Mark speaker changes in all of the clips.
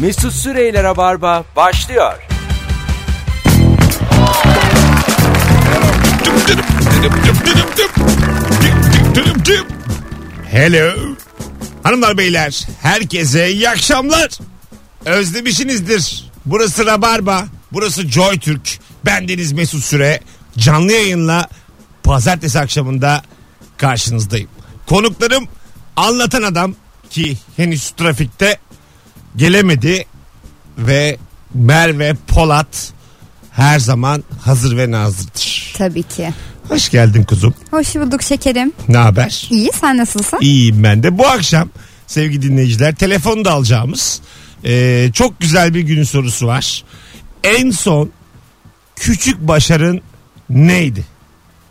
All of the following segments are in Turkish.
Speaker 1: Mesut Süreyler'e barba başlıyor.
Speaker 2: Hello. Hanımlar beyler herkese iyi akşamlar. Özlemişinizdir. Burası Rabarba. Burası Joy Türk. Ben Deniz Mesut Süre. Canlı yayınla pazartesi akşamında karşınızdayım. Konuklarım anlatan adam ki henüz trafikte gelemedi ve Merve Polat her zaman hazır ve nazırdır.
Speaker 3: Tabii ki.
Speaker 2: Hoş geldin kuzum.
Speaker 3: Hoş bulduk şekerim.
Speaker 2: Ne haber?
Speaker 3: İyi sen nasılsın?
Speaker 2: İyiyim ben de. Bu akşam sevgili dinleyiciler telefonu da alacağımız e, çok güzel bir günün sorusu var. En son küçük başarın neydi?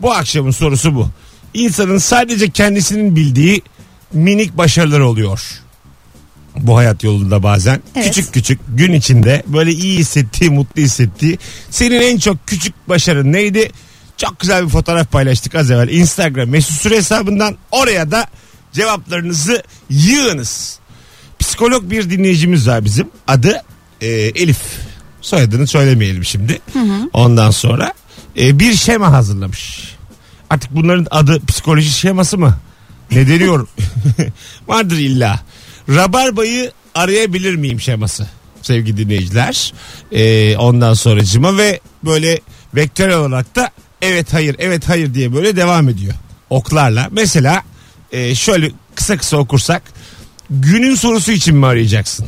Speaker 2: Bu akşamın sorusu bu. İnsanın sadece kendisinin bildiği minik başarılar oluyor. Bu hayat yolunda bazen
Speaker 3: Evet.
Speaker 2: küçük küçük gün içinde böyle iyi hissettiği, mutlu hissettiği senin en çok küçük başarın neydi? Çok güzel bir fotoğraf paylaştık az evvel Instagram mesut süre hesabından oraya da cevaplarınızı yığınız. Psikolog bir dinleyicimiz var bizim adı e, Elif soyadını söylemeyelim şimdi ondan sonra e, bir şema hazırlamış. Artık bunların adı psikoloji şeması mı? Ne deniyor? Vardır illa. Rabarbayı arayabilir miyim şeması sevgili dinleyiciler. Ee, ondan sonracıma ve böyle vektör olarak da evet hayır evet hayır diye böyle devam ediyor. Oklarla. Mesela e, şöyle kısa kısa okursak günün sorusu için mi arayacaksın?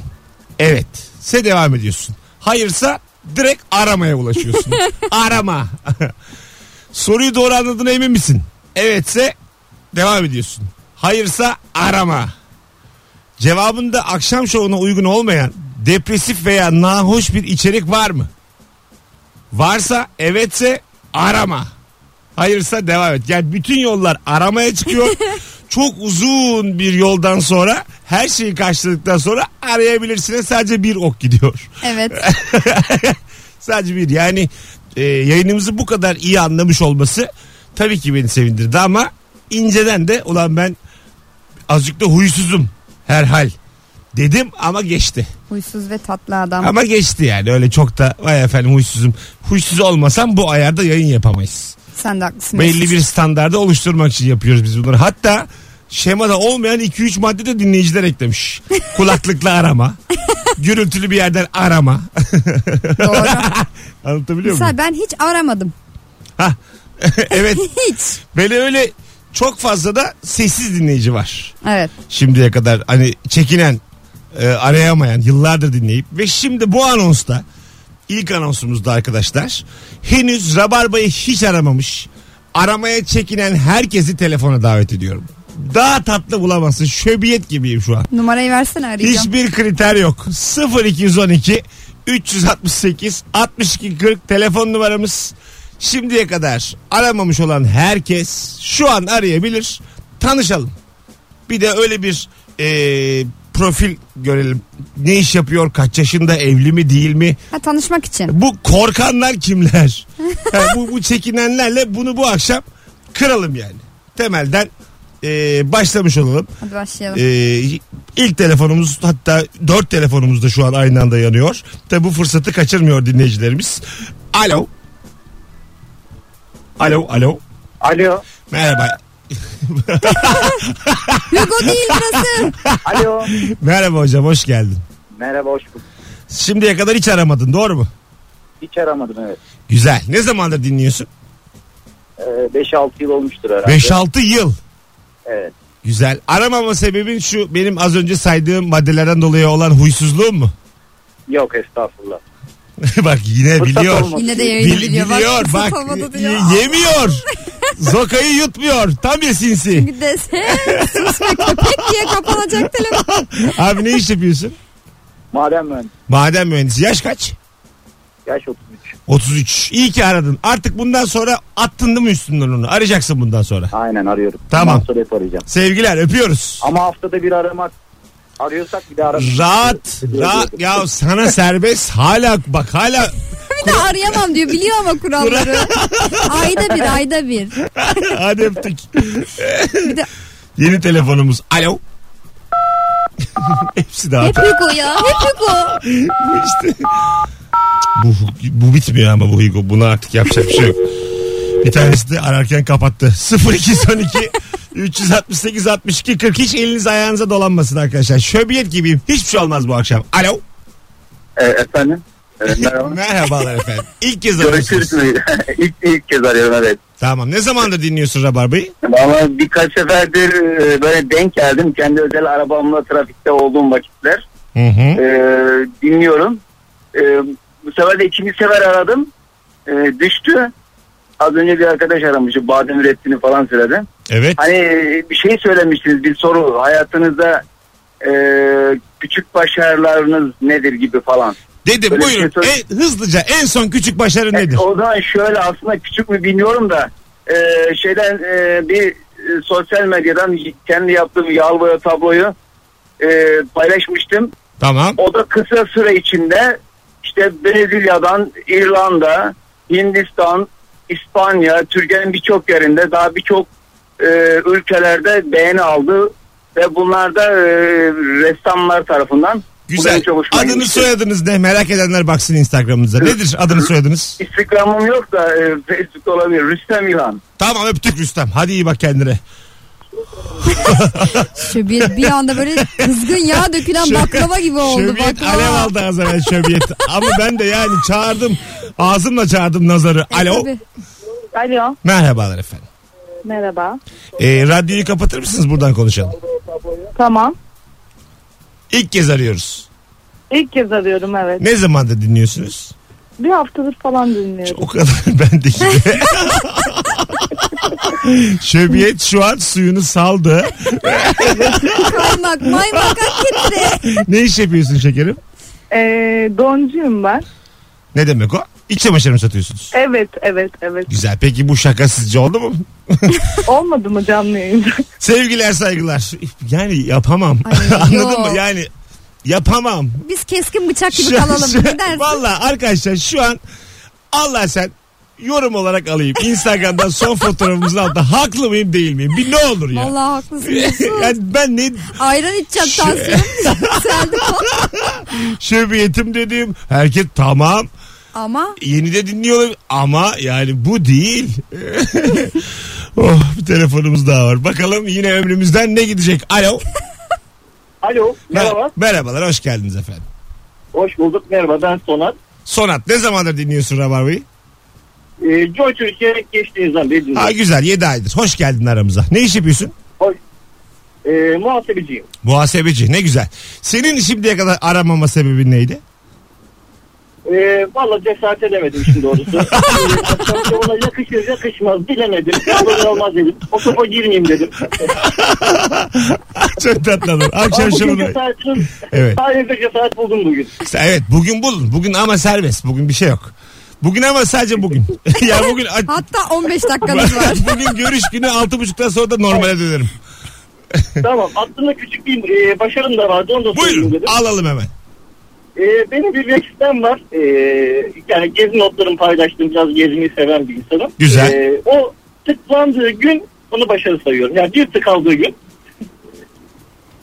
Speaker 2: Evet. Se devam ediyorsun. Hayırsa direkt aramaya ulaşıyorsun. Arama. Soruyu doğru anladığına emin misin? Evetse devam ediyorsun. Hayırsa arama. Cevabında akşam şovuna uygun olmayan depresif veya nahoş bir içerik var mı? Varsa evetse arama. Hayırsa devam et. Yani bütün yollar aramaya çıkıyor. Çok uzun bir yoldan sonra her şeyi karşıladıktan sonra arayabilirsiniz. Sadece bir ok gidiyor.
Speaker 3: Evet.
Speaker 2: Sadece bir yani e, yayınımızı bu kadar iyi anlamış olması tabii ki beni sevindirdi ama inceden de ulan ben azıcık da huysuzum herhal dedim ama geçti.
Speaker 3: Huysuz ve tatlı adam.
Speaker 2: Ama geçti yani öyle çok da vay efendim huysuzum. Huysuz olmasam bu ayarda yayın yapamayız.
Speaker 3: Sen de haklısın.
Speaker 2: Belli bir şey standarda oluşturmak için yapıyoruz biz bunları. Hatta şemada olmayan 2-3 madde de dinleyiciler eklemiş. Kulaklıkla arama. Gürültülü bir yerden arama.
Speaker 3: Doğru.
Speaker 2: Anlatabiliyor muyum?
Speaker 3: Mesela ben hiç aramadım.
Speaker 2: Ha. evet.
Speaker 3: Hiç.
Speaker 2: Böyle öyle çok fazla da sessiz dinleyici var.
Speaker 3: Evet.
Speaker 2: Şimdiye kadar hani çekinen, e, arayamayan, yıllardır dinleyip ve şimdi bu anonsta ilk anonsumuzda arkadaşlar henüz Rabarba'yı hiç aramamış, aramaya çekinen herkesi telefona davet ediyorum. Daha tatlı bulamazsın. Şöbiyet gibiyim şu an.
Speaker 3: Numarayı versene arayacağım.
Speaker 2: Hiçbir kriter yok. 0212 368 62 40 telefon numaramız. Şimdiye kadar aramamış olan herkes şu an arayabilir. Tanışalım. Bir de öyle bir e, profil görelim. Ne iş yapıyor? Kaç yaşında? Evli mi? Değil mi?
Speaker 3: Ha, tanışmak için.
Speaker 2: Bu korkanlar kimler? Ha, bu, bu çekinenlerle bunu bu akşam kıralım yani. Temelden e, başlamış olalım.
Speaker 3: Hadi başlayalım.
Speaker 2: Ee, ilk telefonumuz hatta dört telefonumuz da şu an aynı anda yanıyor. Tabi bu fırsatı kaçırmıyor dinleyicilerimiz. Alo. Alo, alo.
Speaker 4: Alo.
Speaker 2: Merhaba. Ee,
Speaker 3: Hugo değil burası.
Speaker 4: Alo.
Speaker 2: Merhaba hocam, hoş geldin.
Speaker 4: Merhaba hoş bulduk.
Speaker 2: Şimdiye kadar hiç aramadın, doğru mu?
Speaker 4: Hiç aramadım evet.
Speaker 2: Güzel. Ne zamandır dinliyorsun?
Speaker 4: Ee, 5-6 yıl olmuştur herhalde.
Speaker 2: 5-6 yıl.
Speaker 4: Evet.
Speaker 2: Güzel. Aramama sebebin şu benim az önce saydığım maddelerden dolayı olan huysuzluğum mu?
Speaker 4: Yok estağfurullah.
Speaker 2: Bak yine
Speaker 4: Fırsat
Speaker 2: biliyor.
Speaker 4: olmadı.
Speaker 3: Yine de yayını
Speaker 2: Bil,
Speaker 3: biliyor.
Speaker 2: biliyor bak.
Speaker 3: Savamadı
Speaker 2: y-
Speaker 3: diyor.
Speaker 2: yemiyor. Zokayı yutmuyor. Tam bir sinsi.
Speaker 3: Bir de sen sus be köpek diye kapanacak telefon.
Speaker 2: Abi ne iş yapıyorsun?
Speaker 4: Maden mühendisi.
Speaker 2: Maden mühendisi. Yaş kaç?
Speaker 4: Yaş 33.
Speaker 2: 33. İyi ki aradın. Artık bundan sonra attın değil mi üstünden onu? Arayacaksın bundan sonra.
Speaker 4: Aynen arıyorum.
Speaker 2: Tamam.
Speaker 4: Bundan sonra hep arayacağım.
Speaker 2: Sevgiler öpüyoruz.
Speaker 4: Ama haftada bir aramak arıyorsak bir de aramak.
Speaker 2: Rahat. rahat. Ya sana serbest. Hala bak hala
Speaker 3: Bir de arayamam diyor. Biliyor ama kuralları. ayda bir ayda bir.
Speaker 2: hadi öptük.
Speaker 3: Bir de
Speaker 2: Yeni telefonumuz. Alo. Hepsi de
Speaker 3: Hep
Speaker 2: hata.
Speaker 3: Hugo ya. Hep Hugo.
Speaker 2: Bu işte. Bu, bu bitmiyor ama bu Hugo. Buna artık yapacak bir şey yok. Bir tanesi de ararken kapattı. 0212 368 62 40 hiç eliniz ayağınıza dolanmasın arkadaşlar. Şöbiyet gibiyim. Hiçbir şey olmaz bu akşam. Alo.
Speaker 5: E, efendim? E, merhaba.
Speaker 2: Merhabalar efendim. İlk kez arıyorsunuz.
Speaker 5: Görüşürüz. ilk, ilk kez arıyorum evet.
Speaker 2: Tamam. Ne zamandır dinliyorsun Rabarba'yı?
Speaker 5: Ama birkaç seferdir e, böyle denk geldim. Kendi özel arabamla trafikte olduğum vakitler.
Speaker 2: Hı hı.
Speaker 5: E, dinliyorum. E, bu sefer de ikinci sefer aradım. E, düştü. Az önce bir arkadaş aramıştı. Badem ürettiğini falan söyledi.
Speaker 2: Evet.
Speaker 5: Hani e, bir şey söylemiştiniz bir soru. Hayatınızda e, küçük başarılarınız nedir gibi falan.
Speaker 2: Dedim
Speaker 5: Böyle bir
Speaker 2: buyurun.
Speaker 5: şey
Speaker 2: En- hızlıca en son küçük başarı
Speaker 5: Evet,
Speaker 2: nedir?
Speaker 5: O zaman şöyle aslında küçük mü bilmiyorum da e, şeyden e, bir e, sosyal medyadan kendi yaptığım yağlı boya tabloyu e, paylaşmıştım.
Speaker 2: Tamam.
Speaker 5: O da kısa süre içinde işte Brezilya'dan İrlanda, Hindistan, İspanya, Türkiye'nin birçok yerinde daha birçok e, ülkelerde beğeni aldı ve bunlar da e, ressamlar tarafından Bu benim
Speaker 2: Güzel.
Speaker 5: çok hoşuma
Speaker 2: Adını
Speaker 5: gitmişti.
Speaker 2: soyadınız ne? Merak edenler baksın Instagram'ınıza. Nedir adını soyadınız?
Speaker 5: Instagram'ım yok da e, Facebook'ta olabilir. Rüstem İlhan.
Speaker 2: Tamam öptük Rüstem. Hadi iyi bak kendine.
Speaker 3: Şu bir, bir anda böyle kızgın yağ dökülen baklava gibi oldu.
Speaker 2: Şöbiyet
Speaker 3: Baklava.
Speaker 2: alev aldı az evvel şöbiyet. Ama ben de yani çağırdım. Ağzımla çağırdım nazarı. Alo.
Speaker 3: E, Tabii.
Speaker 6: Alo
Speaker 2: Merhabalar efendim.
Speaker 6: merhaba.
Speaker 2: Ee, radyoyu kapatır mısınız buradan konuşalım?
Speaker 6: Tamam.
Speaker 2: İlk kez arıyoruz.
Speaker 6: İlk kez arıyorum evet.
Speaker 2: Ne zamandır dinliyorsunuz?
Speaker 6: Bir haftadır falan dinliyorum.
Speaker 2: O kadar ben de gibi. Şöbiyet şu an suyunu saldı.
Speaker 3: Kaymak, maymak hakikaten.
Speaker 2: Ne iş yapıyorsun şekerim?
Speaker 6: Ee, doncuyum ben.
Speaker 2: Ne demek o? İç çamaşırı mı satıyorsunuz?
Speaker 6: Evet evet evet.
Speaker 2: Güzel. Peki bu şaka sizce oldu mu?
Speaker 6: Olmadı mı canlı yayında?
Speaker 2: Sevgiler saygılar. Yani yapamam.
Speaker 3: Ay,
Speaker 2: Anladın
Speaker 3: yok.
Speaker 2: mı? Yani yapamam.
Speaker 3: Biz keskin bıçak gibi
Speaker 2: Şu-
Speaker 3: kalalım.
Speaker 2: şu-
Speaker 3: Ne dersin?
Speaker 2: Vallahi arkadaşlar şu an Allah sen yorum olarak alayım. Instagram'dan son fotoğrafımızın altında haklı mıyım değil miyim? Bir ne olur ya.
Speaker 3: Vallahi haklısın. Mesut.
Speaker 2: yani ben ne
Speaker 3: Ayran içeceğim
Speaker 2: Şu-
Speaker 3: tansiyonum yükseldi falan.
Speaker 2: şöbiyetim dediğim herkes tamam
Speaker 3: Ama
Speaker 2: yeni de dinliyorlar ama yani bu değil. oh bir telefonumuz daha var. Bakalım yine ömrümüzden ne gidecek? Alo.
Speaker 4: Alo merhaba.
Speaker 2: Merhabalar hoş geldiniz efendim.
Speaker 4: Hoş bulduk merhaba ben Sonat.
Speaker 2: Sonat ne zamandır dinliyorsun Rabarba'yı?
Speaker 4: Ee, Joy Türkiye geçtiğinizden beri
Speaker 2: Ha
Speaker 4: dinliyorum.
Speaker 2: güzel 7 aydır. Hoş geldin aramıza. Ne iş yapıyorsun?
Speaker 4: Ee, muhasebeciyim.
Speaker 2: Muhasebeci ne güzel. Senin şimdiye kadar aramama sebebin neydi?
Speaker 4: Ee, Valla cesaret edemedim şimdi doğrusu. Ee, ona yakışır yakışmaz bilemedim. Olur olmaz dedim. O topa girmeyeyim dedim.
Speaker 2: Çok tatlı adam. Akşam
Speaker 4: Ama bugün
Speaker 2: şovuna-
Speaker 4: cesaretim.
Speaker 2: Evet.
Speaker 4: Sayenizde cesaret buldum bugün.
Speaker 2: Evet bugün bulun. Bugün ama serbest. Bugün bir şey yok. Bugün ama sadece bugün. ya bugün
Speaker 3: hatta 15 dakikamız var.
Speaker 2: bugün görüş günü 6.30'dan sonra da normale dönerim.
Speaker 4: Tamam aslında küçük bir e, başarım da vardı onu da söyleyeyim
Speaker 2: Buyurun
Speaker 4: dedim.
Speaker 2: alalım hemen.
Speaker 4: E, benim bir web sitem var. E, yani gezi notlarımı paylaştım. Biraz gezmeyi seven bir insanım.
Speaker 2: Güzel.
Speaker 4: E, o tıklandığı gün onu başarı sayıyorum. Yani bir tık aldığı gün.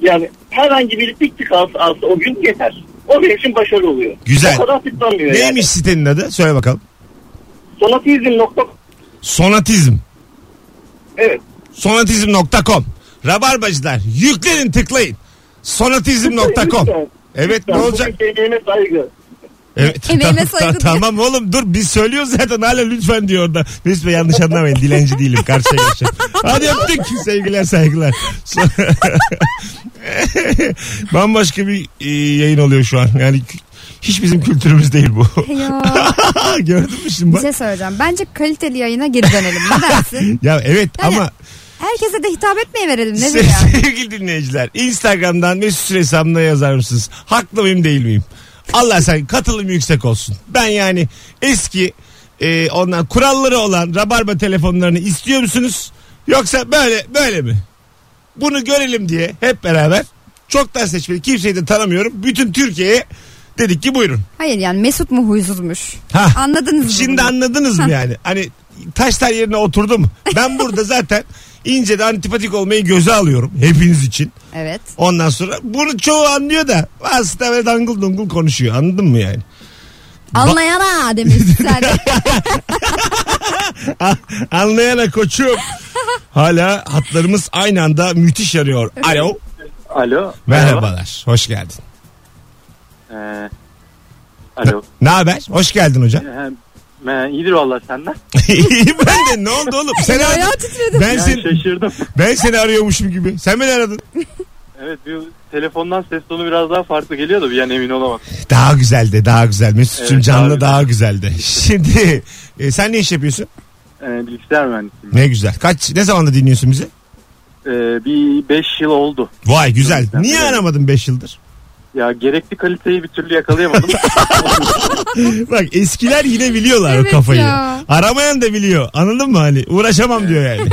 Speaker 4: yani herhangi bir bir tık alsa, alsa o gün yeter. O benim için başarı oluyor.
Speaker 2: Güzel.
Speaker 4: O kadar tıklanmıyor
Speaker 2: Neymiş sitenin adı? Söyle bakalım.
Speaker 4: yani. Sonatizm.com
Speaker 2: Sonatizm.
Speaker 4: Evet.
Speaker 2: Sonatizm.com. Rabarbacılar yüklenin tıklayın. Sonatizm.com. Evet ne
Speaker 4: Yani
Speaker 2: olacak?
Speaker 4: bugünkü emeğime saygı.
Speaker 2: Evet.
Speaker 3: Emeğime
Speaker 2: tamam,
Speaker 3: saygı
Speaker 2: ta- tamam oğlum dur biz söylüyoruz zaten hala lütfen diyor orada. Mesut Bey yanlış anlamayın dilenci değilim karşıya geçeceğim. Hadi öptük sevgiler saygılar. Sonra- Bambaşka bir e, yayın oluyor şu an. Yani kü- hiç bizim kültürümüz değil bu.
Speaker 3: Ya,
Speaker 2: Gördün mü şimdi
Speaker 3: bir
Speaker 2: bak?
Speaker 3: şey söyleyeceğim. Bence kaliteli yayına geri dönelim. Ne dersin?
Speaker 2: Ya evet
Speaker 3: Yani-
Speaker 2: ama
Speaker 3: Herkese de hitap etmeye verelim. Ne
Speaker 2: Se-
Speaker 3: bileyim.
Speaker 2: sevgili dinleyiciler Instagram'dan Mesut Süre hesabına yazar mısınız? Haklı mıyım değil miyim? Allah sen katılım yüksek olsun. Ben yani eski e, ondan kuralları olan rabarba telefonlarını istiyor musunuz? Yoksa böyle böyle mi? Bunu görelim diye hep beraber çok da seçmeli kimseyi de tanımıyorum. Bütün Türkiye'ye dedik ki buyurun.
Speaker 3: Hayır yani Mesut mu huysuzmuş?
Speaker 2: Hah.
Speaker 3: Anladınız mı?
Speaker 2: Şimdi
Speaker 3: bunu?
Speaker 2: anladınız mı yani? Hani taşlar yerine oturdum. Ben burada zaten İnce de antipatik olmayı göze alıyorum hepiniz için.
Speaker 3: Evet.
Speaker 2: Ondan sonra bunu çoğu anlıyor da aslında böyle dangıl dungul konuşuyor anladın mı yani?
Speaker 3: Anlayana demiş sen.
Speaker 2: Anlayana koçum. Hala hatlarımız aynı anda müthiş arıyor. Alo.
Speaker 5: Alo.
Speaker 2: Merhabalar. Hoş geldin.
Speaker 5: Ee, alo.
Speaker 2: Ne haber? Hoş geldin hocam.
Speaker 5: Ee, ben iyidir valla senden.
Speaker 2: İyi ben de ne oldu oğlum? Sen
Speaker 3: Ayağı
Speaker 2: aradın.
Speaker 3: titredi.
Speaker 2: Ben
Speaker 5: Yani
Speaker 2: seni,
Speaker 5: şaşırdım.
Speaker 2: ben seni arıyormuşum gibi. Sen beni aradın.
Speaker 5: Evet bir telefondan ses tonu biraz daha farklı geliyor da bir yani emin olamadım.
Speaker 2: Daha güzeldi daha güzel. Mesut'cum
Speaker 5: Evet,
Speaker 2: canlı
Speaker 5: daha
Speaker 2: daha güzeldi. Şimdi e, sen ne iş yapıyorsun?
Speaker 5: Ee, bilgisayar mühendisiyim.
Speaker 2: Ne güzel. Kaç ne zamanda dinliyorsun bizi?
Speaker 5: Ee, bir 5 yıl oldu.
Speaker 2: Vay güzel.
Speaker 5: Güzel.
Speaker 2: Niye aramadın 5 yıldır?
Speaker 5: Ya gerekli kaliteyi bir türlü yakalayamadım.
Speaker 2: Bak eskiler yine biliyorlar o
Speaker 3: Evet
Speaker 2: kafayı.
Speaker 3: ya.
Speaker 2: Aramayan da biliyor. Anladın mı hani? Uğraşamam diyor yani.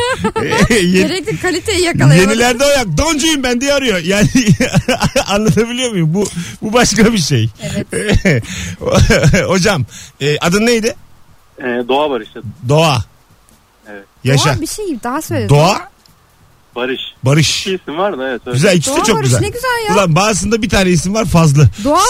Speaker 2: Yeni-
Speaker 3: Gerekli kaliteyi yakalayamadım.
Speaker 2: Yenilerde o yok. Doncuyum ben diye arıyor. Yani anlatabiliyor muyum? Bu bu başka bir şey. Hocam e, adın neydi?
Speaker 5: ee, doğa Barış adı.
Speaker 2: Doğa.
Speaker 5: Evet.
Speaker 2: Yaşa.
Speaker 3: Doğa bir şey daha söyle.
Speaker 2: Doğa,
Speaker 5: Barış.
Speaker 2: Barış.
Speaker 5: İki isim var da evet. evet.
Speaker 2: Güzel ikisi
Speaker 3: Doğa
Speaker 2: de çok
Speaker 3: Barış
Speaker 2: güzel.
Speaker 3: ne güzel ya.
Speaker 2: Ulan bazısında bir tane isim var fazla.
Speaker 3: Doğa,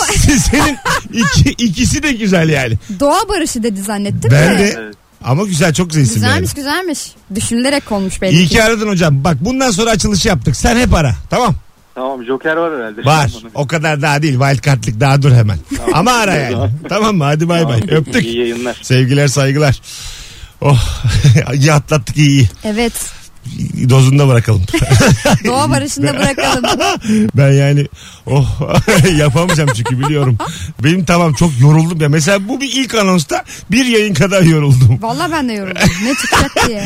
Speaker 2: Senin iki, ikisi de güzel yani.
Speaker 3: doğa barışı dedi zannettim
Speaker 2: Ben
Speaker 3: de.
Speaker 2: de ama güzel çok güzel isim yani.
Speaker 3: Güzelmiş güzelmiş. Düşünülerek konmuş belki.
Speaker 2: İyi ki aradın hocam. Bak bundan sonra açılışı yaptık. Sen hep ara. Tamam.
Speaker 5: Tamam Joker var herhalde.
Speaker 2: Var.
Speaker 5: Şu an bana-
Speaker 2: O kadar daha değil. Wildcard'lık daha dur hemen. Ama ara yani. tamam mı? Hadi bay bay.
Speaker 5: Tamam.
Speaker 2: Öptük.
Speaker 5: İyi yayınlar.
Speaker 2: Sevgiler saygılar. Oh iyi atlattık iyi.
Speaker 3: Evet.
Speaker 2: iyi. Dozunda bırakalım.
Speaker 3: Doğa barışını da bırakalım.
Speaker 2: ben yani oh yapamayacağım çünkü biliyorum. Benim tamam çok yoruldum ya. Mesela bu bir ilk anonsta bir yayın kadar yoruldum.
Speaker 3: Vallahi ben de yoruldum. Ne çıkacak diye.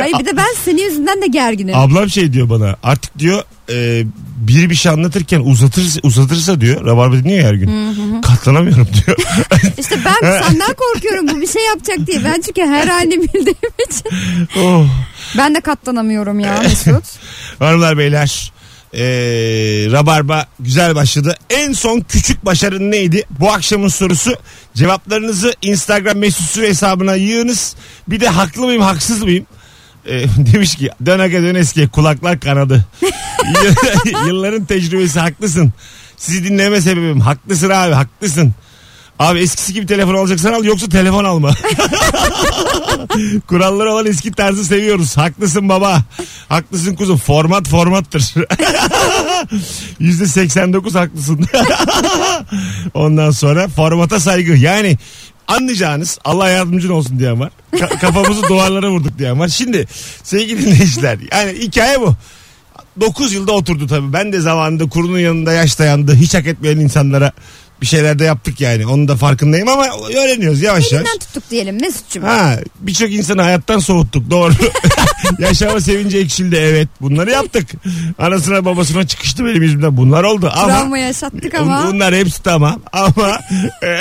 Speaker 3: Hayır bir de ben senin yüzünden de gerginim.
Speaker 2: Ablam şey diyor bana artık diyor e, biri bir şey anlatırken uzatırsa, uzatırsa diyor. Rabarba dinliyor ya her gün. Katlanamıyorum diyor.
Speaker 3: İşte ben senden korkuyorum bu bir şey yapacak diye. Ben çünkü her halini bildiğim için.
Speaker 2: oh.
Speaker 3: Ben de katlanamıyorum ya Mesut.
Speaker 2: Hanımlar beyler ee, Rabarba güzel başladı. En son küçük başarın neydi? Bu akşamın sorusu. Cevaplarınızı Instagram mesut süre hesabına yığınız. Bir de haklı mıyım haksız mıyım? Ee, demiş ki döneke dön eskiye kulaklar kanadı. Yılların tecrübesi haklısın. Sizi dinleme sebebim haklısın abi haklısın. Abi eskisi gibi telefon alacaksan al yoksa telefon alma. Kuralları olan eski tarzı seviyoruz. Haklısın baba. Haklısın kuzum. Format formattır. Yüzde 89 haklısın. Ondan sonra formata saygı. Yani anlayacağınız Allah yardımcın olsun diyen var. Ka- kafamızı duvarlara vurduk diyen var. Şimdi sevgili dinleyiciler yani hikaye bu. 9 yılda oturdu tabii. Ben de zamanında kurunun yanında yaş dayandı. Hiç hak etmeyen insanlara bir şeyler de yaptık yani. Onun da farkındayım ama öğreniyoruz yavaş yavaş.
Speaker 3: Elinden tuttuk diyelim Mesut'cum.
Speaker 2: Ha birçok insanı hayattan soğuttuk doğru. Yaşama sevinci ekşildi evet bunları yaptık. Anasına babasına çıkıştı benim yüzümden bunlar oldu ama.
Speaker 3: Travma yaşattık ama.
Speaker 2: Bun- Bunlar hepsi tamam ama e,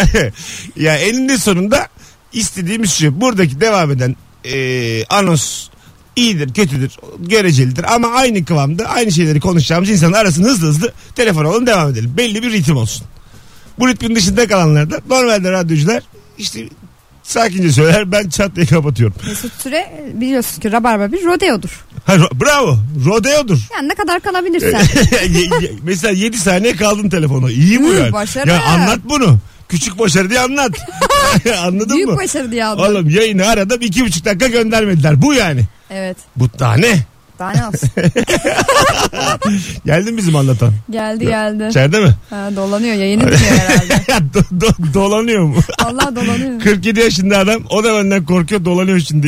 Speaker 2: ya elinde sonunda istediğimiz şu buradaki devam eden e, anons iyidir kötüdür görecelidir ama aynı kıvamda aynı şeyleri konuşacağımız insanlar arasın hızlı hızlı telefon alın devam edelim belli bir ritim olsun. Bu ritmin dışında kalanlar da normalde radyocular işte sakince söyler ben çat diye kapatıyorum.
Speaker 3: Mesut Süre biliyorsun ki rabarba bir rodeodur.
Speaker 2: Ha, ro- bravo rodeodur.
Speaker 3: Yani ne kadar kalabilirsen.
Speaker 2: Ye- ye- Mesela 7 saniye kaldın telefona. İyi bu
Speaker 3: Hı,
Speaker 2: yani.
Speaker 3: başarı.
Speaker 2: Ya anlat bunu. Küçük başarı diye anlat. Anladın
Speaker 3: Büyük
Speaker 2: mı?
Speaker 3: başarı diye aldım.
Speaker 2: Oğlum yayını aradım iki buçuk dakika göndermediler. Bu yani.
Speaker 3: Evet.
Speaker 2: Bu daha ne?
Speaker 3: Daha ne olsun.
Speaker 2: Geldin bizim anlatan.
Speaker 3: Geldi geldi.
Speaker 2: İçeride mi?
Speaker 3: Ha, dolanıyor yayını dinliyor herhalde.
Speaker 2: Do- do- dolanıyor mu?
Speaker 3: Vallahi dolanıyor.
Speaker 2: 47 yaşında adam o da benden korkuyor dolanıyor şimdi.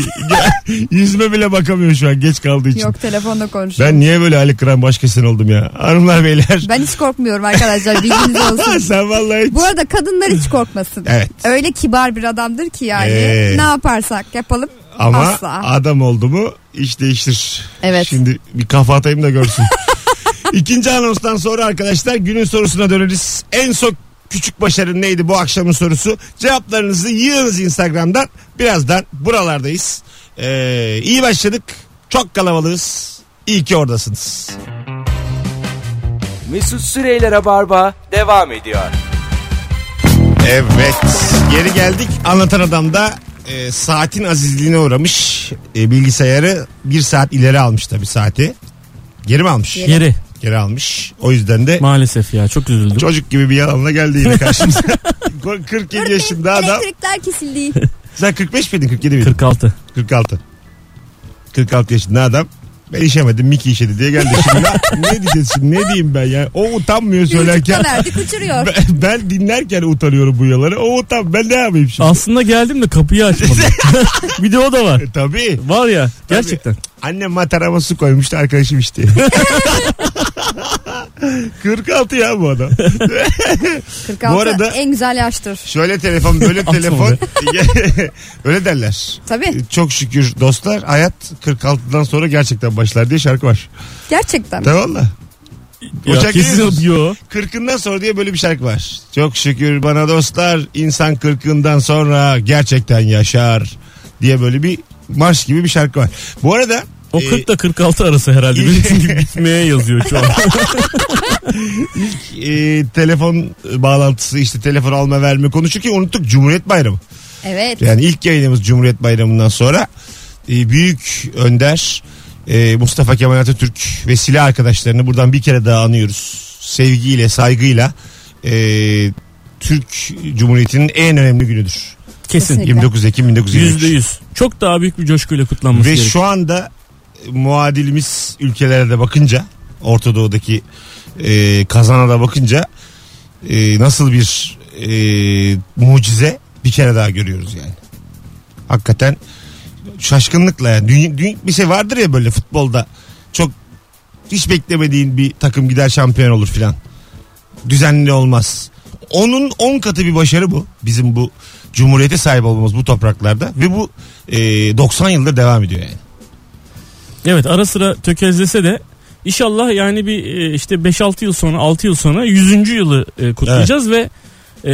Speaker 2: Yüzme bile bakamıyor şu an geç kaldığı için.
Speaker 3: Yok telefonda konuşuyor.
Speaker 2: Ben niye böyle Ali Kıran başkasını oldum ya? Hanımlar beyler.
Speaker 3: Ben hiç korkmuyorum arkadaşlar bilginiz olsun.
Speaker 2: Sen vallahi
Speaker 3: Bu arada kadınlar hiç korkmasın.
Speaker 2: Evet.
Speaker 3: Öyle kibar bir adamdır ki yani
Speaker 2: Ee.
Speaker 3: ne yaparsak yapalım
Speaker 2: Ama
Speaker 3: asla.
Speaker 2: adam oldu mu iş değiştir.
Speaker 3: Evet.
Speaker 2: Şimdi bir kafa atayım da görsün. İkinci anonstan sonra arkadaşlar günün sorusuna döneriz. En son küçük başarın neydi bu akşamın sorusu? Cevaplarınızı yığınız Instagram'dan. Birazdan buralardayız. Ee, iyi başladık. Çok kalabalığız. İyi ki oradasınız.
Speaker 1: Mesut Süreyler'e barba devam ediyor.
Speaker 2: Evet. Geri geldik. Anlatan Adam'da e, saatin azizliğine uğramış E, bilgisayarı bir saat ileri almış tabii saati. Geri mi almış?
Speaker 7: Geri
Speaker 2: Geri almış. O yüzden de
Speaker 7: maalesef ya çok üzüldüm.
Speaker 2: çocuk gibi bir yalanla geldi yine karşımıza. 47 yaşında adam.
Speaker 3: Elektrikler kesildi.
Speaker 2: Sen 45 miydin 47 miydin?
Speaker 7: 46.
Speaker 2: 46. 46 yaşında adam. Ben işemedim Miki işedi diye geldi. Şimdi ne, ne diyeceğiz şimdi ne diyeyim ben ya. O utanmıyor söylerken.
Speaker 3: Yüzükle verdik uçuruyor.
Speaker 2: Ben, ben dinlerken utanıyorum bu yaları. O utan ben ne yapayım şimdi?
Speaker 7: Aslında geldim de kapıyı açmadım. bir de o da var.
Speaker 2: E, Tabii.
Speaker 7: Var ya gerçekten.
Speaker 2: Annem matarama su koymuştu arkadaşım işte. 46 ya bu adam.
Speaker 3: 46
Speaker 2: Bu arada-
Speaker 3: en güzel yaştır.
Speaker 2: Şöyle telefon böyle
Speaker 7: Atma
Speaker 2: telefon. Öyle derler. E,
Speaker 3: Tabii.
Speaker 2: Çok şükür dostlar hayat 46'dan sonra gerçekten başlar diye şarkı var.
Speaker 3: Gerçekten.
Speaker 2: Tamam mı?
Speaker 7: Ya
Speaker 2: Uçak
Speaker 7: kesin
Speaker 2: yiyoruz.
Speaker 7: yo.
Speaker 2: Kırkından sonra diye böyle bir şarkı var. Çok şükür bana dostlar insan kırkından sonra gerçekten yaşar diye böyle bir marş gibi bir şarkı var. Bu arada
Speaker 7: O
Speaker 2: e,
Speaker 7: 40 da 46 arası herhalde.
Speaker 2: İyi.
Speaker 7: Çünkü bitmeye yazıyor şu an.
Speaker 2: e, telefon bağlantısı işte telefon alma verme konuşur ki unuttuk Cumhuriyet Bayramı.
Speaker 3: Evet.
Speaker 2: Yani ilk yayınımız Cumhuriyet Bayramı'ndan sonra e, büyük önder e, Mustafa Kemal Atatürk ve silah arkadaşlarını buradan bir kere daha anıyoruz. Sevgiyle, saygıyla e, Türk Cumhuriyeti'nin en önemli günüdür.
Speaker 7: Kesin.
Speaker 3: Kesinlikle.
Speaker 2: 29 Ekim 1923.
Speaker 7: Yüzde yüz. Çok daha büyük bir coşkuyla kutlanması
Speaker 2: Ve
Speaker 7: gerekiyor.
Speaker 2: şu anda e, muadilimiz ülkelere de bakınca Orta Doğu'daki e, kazana da bakınca e, nasıl bir e, mucize bir kere daha görüyoruz yani. Hakikaten şaşkınlıkla yani. Dünya- dü- bir şey vardır ya böyle futbolda çok hiç beklemediğin bir takım gider şampiyon olur filan. Düzenli olmaz. Onun 10 katı bir başarı bu. Bizim bu cumhuriyete sahip olmamız bu topraklarda ve bu e, 90 yıldır devam ediyor yani.
Speaker 7: Evet ara sıra tökezlese de inşallah yani bir e, işte 5-6 yıl sonra 6 yıl sonra 100. yılı e, kutlayacağız ve e,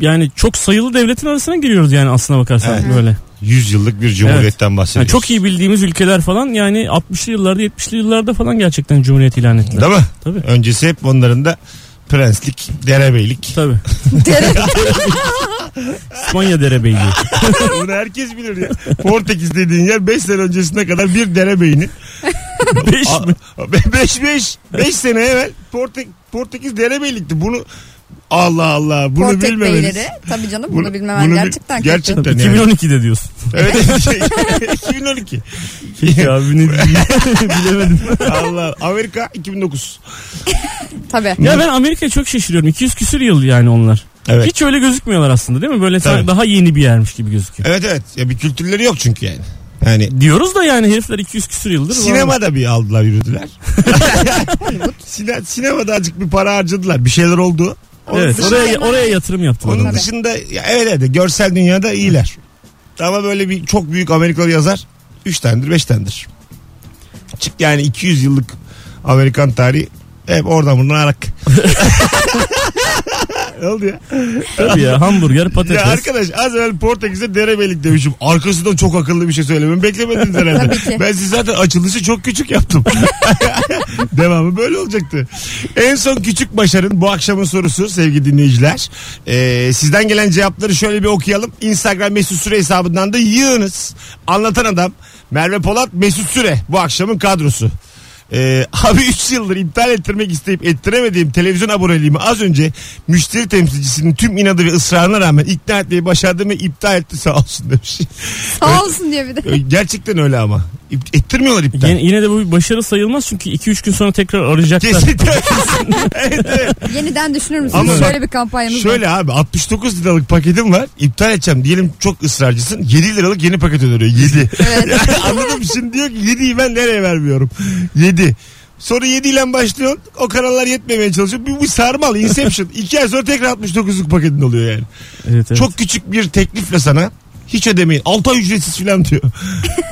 Speaker 7: yani çok sayılı devletin arasına giriyoruz yani aslına bakarsan
Speaker 2: Evet.
Speaker 7: böyle.
Speaker 2: 100 yıllık bir cumhuriyetten
Speaker 7: Yani
Speaker 2: bahsediyoruz.
Speaker 7: çok iyi bildiğimiz ülkeler falan yani 60'lı yıllarda 70'li yıllarda falan gerçekten cumhuriyet ilan ettiler.
Speaker 2: Değil mi?
Speaker 7: Tabii.
Speaker 2: Öncesi hep onların da prenslik, derebeylik.
Speaker 7: Tabii. İspanya derebeyliği.
Speaker 2: Bunu herkes bilir ya. Portekiz dediğin yer 5 sene öncesine kadar bir derebeyini.
Speaker 7: Beş mi?
Speaker 2: 5 5 5 sene evvel Porte, Portekiz derebeylikti. Bunu Allah Allah bunu
Speaker 3: Portek
Speaker 2: bilmemeniz.
Speaker 3: beyleri. Tabii canım bunu,
Speaker 2: Bunu-
Speaker 3: bilmemen
Speaker 2: bunu bil-
Speaker 3: gerçekten kötü.
Speaker 2: gerçekten.
Speaker 7: Tabii,
Speaker 2: yani.
Speaker 7: 2012'de diyorsun.
Speaker 2: Evet. 2012.
Speaker 7: Peki abi ne diyeyim? bilemedim.
Speaker 2: Allah Amerika 2009.
Speaker 3: Tabii.
Speaker 7: Ya ben Amerika'ya çok şaşırıyorum. 200 küsür yıl yani onlar.
Speaker 2: Evet.
Speaker 7: Hiç öyle gözükmüyorlar aslında değil mi? Böyle sanki
Speaker 2: Tabii.
Speaker 7: daha yeni bir yermiş gibi gözüküyor.
Speaker 2: Evet evet. Ya bir kültürleri yok çünkü yani. Yani
Speaker 7: Diyoruz da yani herifler 200 küsür yıldır. var.
Speaker 2: Sinemada bir aldılar yürüdüler. Sine, sinemada azıcık bir para harcadılar. Bir şeyler oldu. Onun,
Speaker 7: Evet
Speaker 2: dışında,
Speaker 7: oraya, oraya yatırım yaptılar.
Speaker 2: onun
Speaker 7: onlar.
Speaker 2: dışında ya evet evet görsel dünyada iyiler. Ama böyle bir çok büyük Amerikalı yazar 3 tanedir 5 tanedir. Çık yani 200 yıllık Amerikan tarihi hep oradan buradan arak. ne oldu ya?
Speaker 7: Tabii ya hamburger
Speaker 2: Ya
Speaker 7: patates.
Speaker 2: arkadaş az evvel Portekiz'de derebelik demişim. Arkasından çok akıllı bir şey söylememi beklemediniz
Speaker 3: Tabii ki.
Speaker 2: herhalde. ben size zaten açılışı çok küçük yaptım. Devamı böyle olacaktı. En son küçük başarın bu akşamın sorusu sevgili dinleyiciler. Ee, sizden gelen cevapları şöyle bir okuyalım. Instagram mesut süre hesabından da yığınız. Anlatan adam Merve Polat mesut süre bu akşamın kadrosu. Ee, abi 3 yıldır iptal ettirmek isteyip ettiremediğim televizyon aboneliğimi az önce müşteri temsilcisinin tüm inadı ve ısrarına rağmen ikna etmeyi başardım ve iptal etti sağ olsun demiş.
Speaker 3: Sağ olsun diye bir de.
Speaker 2: Ee, Gerçekten öyle ama. İp- Ettirmiyorlar iptal.
Speaker 7: Yine, yine de bu bir başarı sayılmaz çünkü 2-3 gün sonra tekrar arayacaklar.
Speaker 2: Kesinlikle. evet, evet.
Speaker 3: Yeniden düşünür müsünüz?
Speaker 2: Ama
Speaker 3: Şöyle bir kampanyamız var.
Speaker 2: Şöyle abi 69 liralık paketim var. İptal edeceğim diyelim çok ısrarcısın. 7 liralık yeni paket öneriyor. 7. Anladım şimdi diyor ki 7'yi ben nereye vermiyorum. 7. Sonra 7 ile başlıyorsun. O kanallar yetmemeye çalışıyor. Bu, bu sarmal Inception. 2 ay sonra tekrar 69'luk paketin oluyor yani.
Speaker 7: Evet, evet.
Speaker 2: Çok küçük bir teklifle sana hiç ödemeyin. 6 ay ücretsiz falan diyor.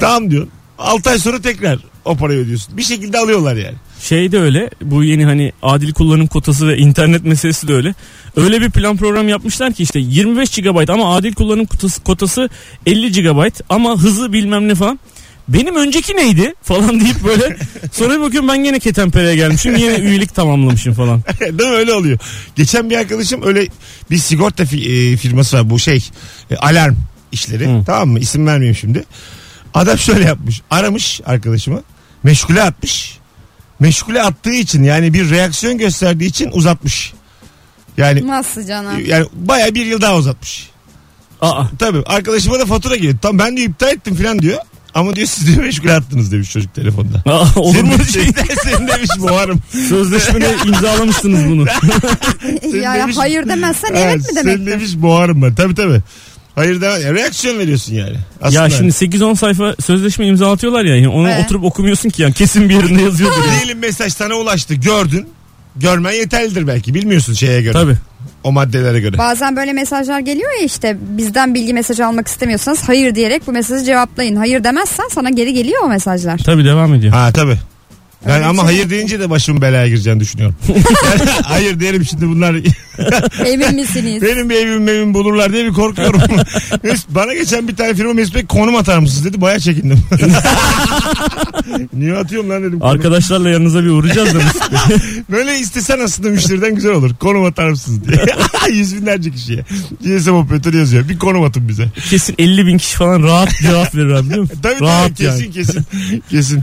Speaker 2: tamam diyor. 6 ay sonra tekrar o parayı ödüyorsun. Bir şekilde alıyorlar yani.
Speaker 7: Şey de öyle bu yeni hani adil kullanım kotası ve internet meselesi de öyle. Öyle bir plan program yapmışlar ki işte 25 GB ama adil kullanım kotası, kotası 50 GB ama hızı bilmem ne falan. Benim önceki neydi falan deyip böyle sonra bir bakıyorum ben gene ketempereye gelmişim yine üyelik tamamlamışım falan.
Speaker 2: Değil mi öyle oluyor. Geçen bir arkadaşım öyle bir sigorta fi- e, firması var bu şey e, alarm işleri.
Speaker 7: Hı.
Speaker 2: Tamam mı? İsim vermeyeyim şimdi. Adam şöyle yapmış. Aramış arkadaşımı. Meşgule atmış. Meşgule attığı için yani bir reaksiyon gösterdiği için uzatmış. Yani e,
Speaker 3: Nasıl canım?
Speaker 2: yani baya bir yıl daha uzatmış.
Speaker 7: Aa,
Speaker 2: Tabii arkadaşıma da fatura geliyor. Tam ben diyor iptal ettim falan diyor. Ama diyor siz diyor meşgule attınız demiş çocuk telefonda.
Speaker 7: aa, olur
Speaker 2: Senin
Speaker 7: mu? öyle şey?
Speaker 2: şeyden senin demiş boğarım.
Speaker 7: Sözleşmede imzalamışsınız bunu.
Speaker 3: Ee, ya
Speaker 2: demiş-
Speaker 3: hayır demezsen evet mi
Speaker 2: Sen
Speaker 3: demek?
Speaker 2: demiş boğarım ben. Tabii tabii. Hayır da ya reaksiyon veriyorsun yani. Aslında.
Speaker 7: Ya şimdi 8-10 sayfa sözleşme imzalatıyorlar ya. Yani onu
Speaker 3: Ee?
Speaker 7: oturup okumuyorsun ki yani kesin bir yerinde yazıyordur. yani.
Speaker 2: Diyelim mesaj sana ulaştı gördün. Görmen yeterlidir belki bilmiyorsun şeye göre.
Speaker 7: Tabii.
Speaker 2: O maddelere göre.
Speaker 3: Bazen böyle mesajlar geliyor ya işte bizden bilgi mesajı almak istemiyorsanız hayır diyerek bu mesajı cevaplayın. Hayır demezsen sana geri geliyor o mesajlar.
Speaker 7: Tabii devam ediyor.
Speaker 2: Ha tabii. Ben
Speaker 3: Öyle bir
Speaker 2: ama
Speaker 3: şey
Speaker 2: hayır
Speaker 3: yok.
Speaker 2: deyince de başımın belaya gireceğini düşünüyorum. Yani hayır derim şimdi bunlar
Speaker 3: Emin misiniz?
Speaker 2: benim bir evim evim bulurlar diye bir korkuyorum. Mes- Bana geçen bir tane firma Mesut Bey konum atar mısınız dedi. Baya çekindim. Niye atıyorum lan dedim. konum.
Speaker 7: Arkadaşlarla yanınıza bir uğrayacağız da Mesut Bey.
Speaker 2: Böyle istesen aslında müşteriden güzel olur. Konum atar mısınız diye. Yüz binlerce kişiye. GSM operatörü yazıyor. Bir konum atın bize.
Speaker 7: kesin 50 bin kişi falan rahat cevap verir abi değil mi?
Speaker 2: Tabii
Speaker 7: rahat
Speaker 2: tabii kesin kesin. kesin.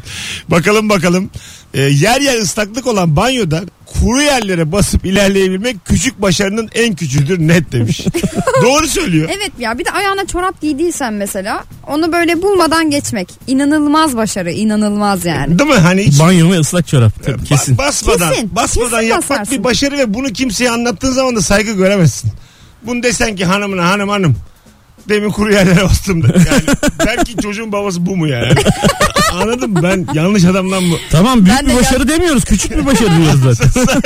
Speaker 2: Bakalım bakalım. Ee, yer yer ıslaklık olan banyoda kuru yerlere basıp ilerleyebilmek küçük başarının en küçüğüdür net demiş. Doğru söylüyor.
Speaker 3: Evet ya bir de ayağına çorap giydiysen mesela onu böyle bulmadan geçmek inanılmaz başarı inanılmaz yani.
Speaker 2: Değil mi? Hani hiç
Speaker 7: Banyo mu ıslak çorap tabii
Speaker 2: Ee, ba-
Speaker 7: kesin.
Speaker 2: basmadan,
Speaker 3: Kesin,
Speaker 2: basmadan
Speaker 3: kesin
Speaker 2: yapmak
Speaker 3: basarsın.
Speaker 2: bir başarı ve bunu kimseye anlattığın zaman da saygı göremezsin. Bunu desen ki hanımına hanım hanım demin kuru yerlere bastım da. Yani belki çocuğun babası bu mu yani? Anladım ben yanlış adamdan bu.
Speaker 7: Tamam büyük
Speaker 3: Ben de
Speaker 7: bir başarı demiyoruz. Küçük bir başarı diyoruz zaten.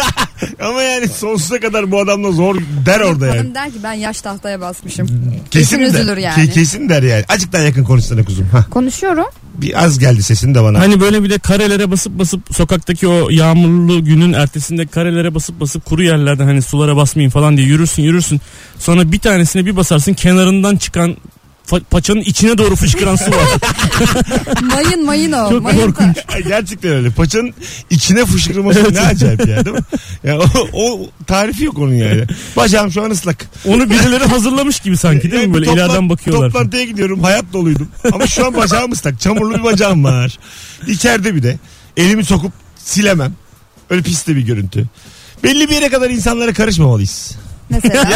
Speaker 2: Ama yani sonsuza kadar bu adamla zor der orada yani.
Speaker 3: Hanım der ki ben yaş tahtaya basmışım.
Speaker 2: Kesin,
Speaker 3: Kesin
Speaker 2: der.
Speaker 3: üzülür yani.
Speaker 2: Ke- kesin der yani. Azıcık daha yakın konuşsana kuzum. Hah.
Speaker 3: Konuşuyorum.
Speaker 2: Bir az geldi sesin de bana.
Speaker 7: hani böyle bir de karelere basıp basıp sokaktaki o yağmurlu günün ertesinde karelere basıp basıp kuru yerlerden hani sulara basmayın falan diye yürürsün yürürsün. Sonra bir tanesine bir basarsın kenarından çıkan fa- paçanın içine doğru fışkıran su var.
Speaker 3: Mayın mayın o.
Speaker 7: Çok
Speaker 3: mayın da-
Speaker 7: korkunç.
Speaker 2: Ay, Gerçekten öyle. Paçanın içine fışkırması ne acayip ya değil mi? Ya o, o tarifi yok onun yani. Bacağım şu an ıslak.
Speaker 7: Onu birileri hazırlamış gibi sanki değil mi? Böyle
Speaker 2: Toplan-
Speaker 7: ileriden bakıyorlar.
Speaker 2: Toplantıya gidiyorum hayat doluydum. Ama şu an bacağım ıslak. Çamurlu bir bacağım var. İçeride bir de. Elimi sokup silemem. Öyle pis de bir görüntü. Belli bir yere kadar insanlara karışmamalıyız.
Speaker 3: Mesela.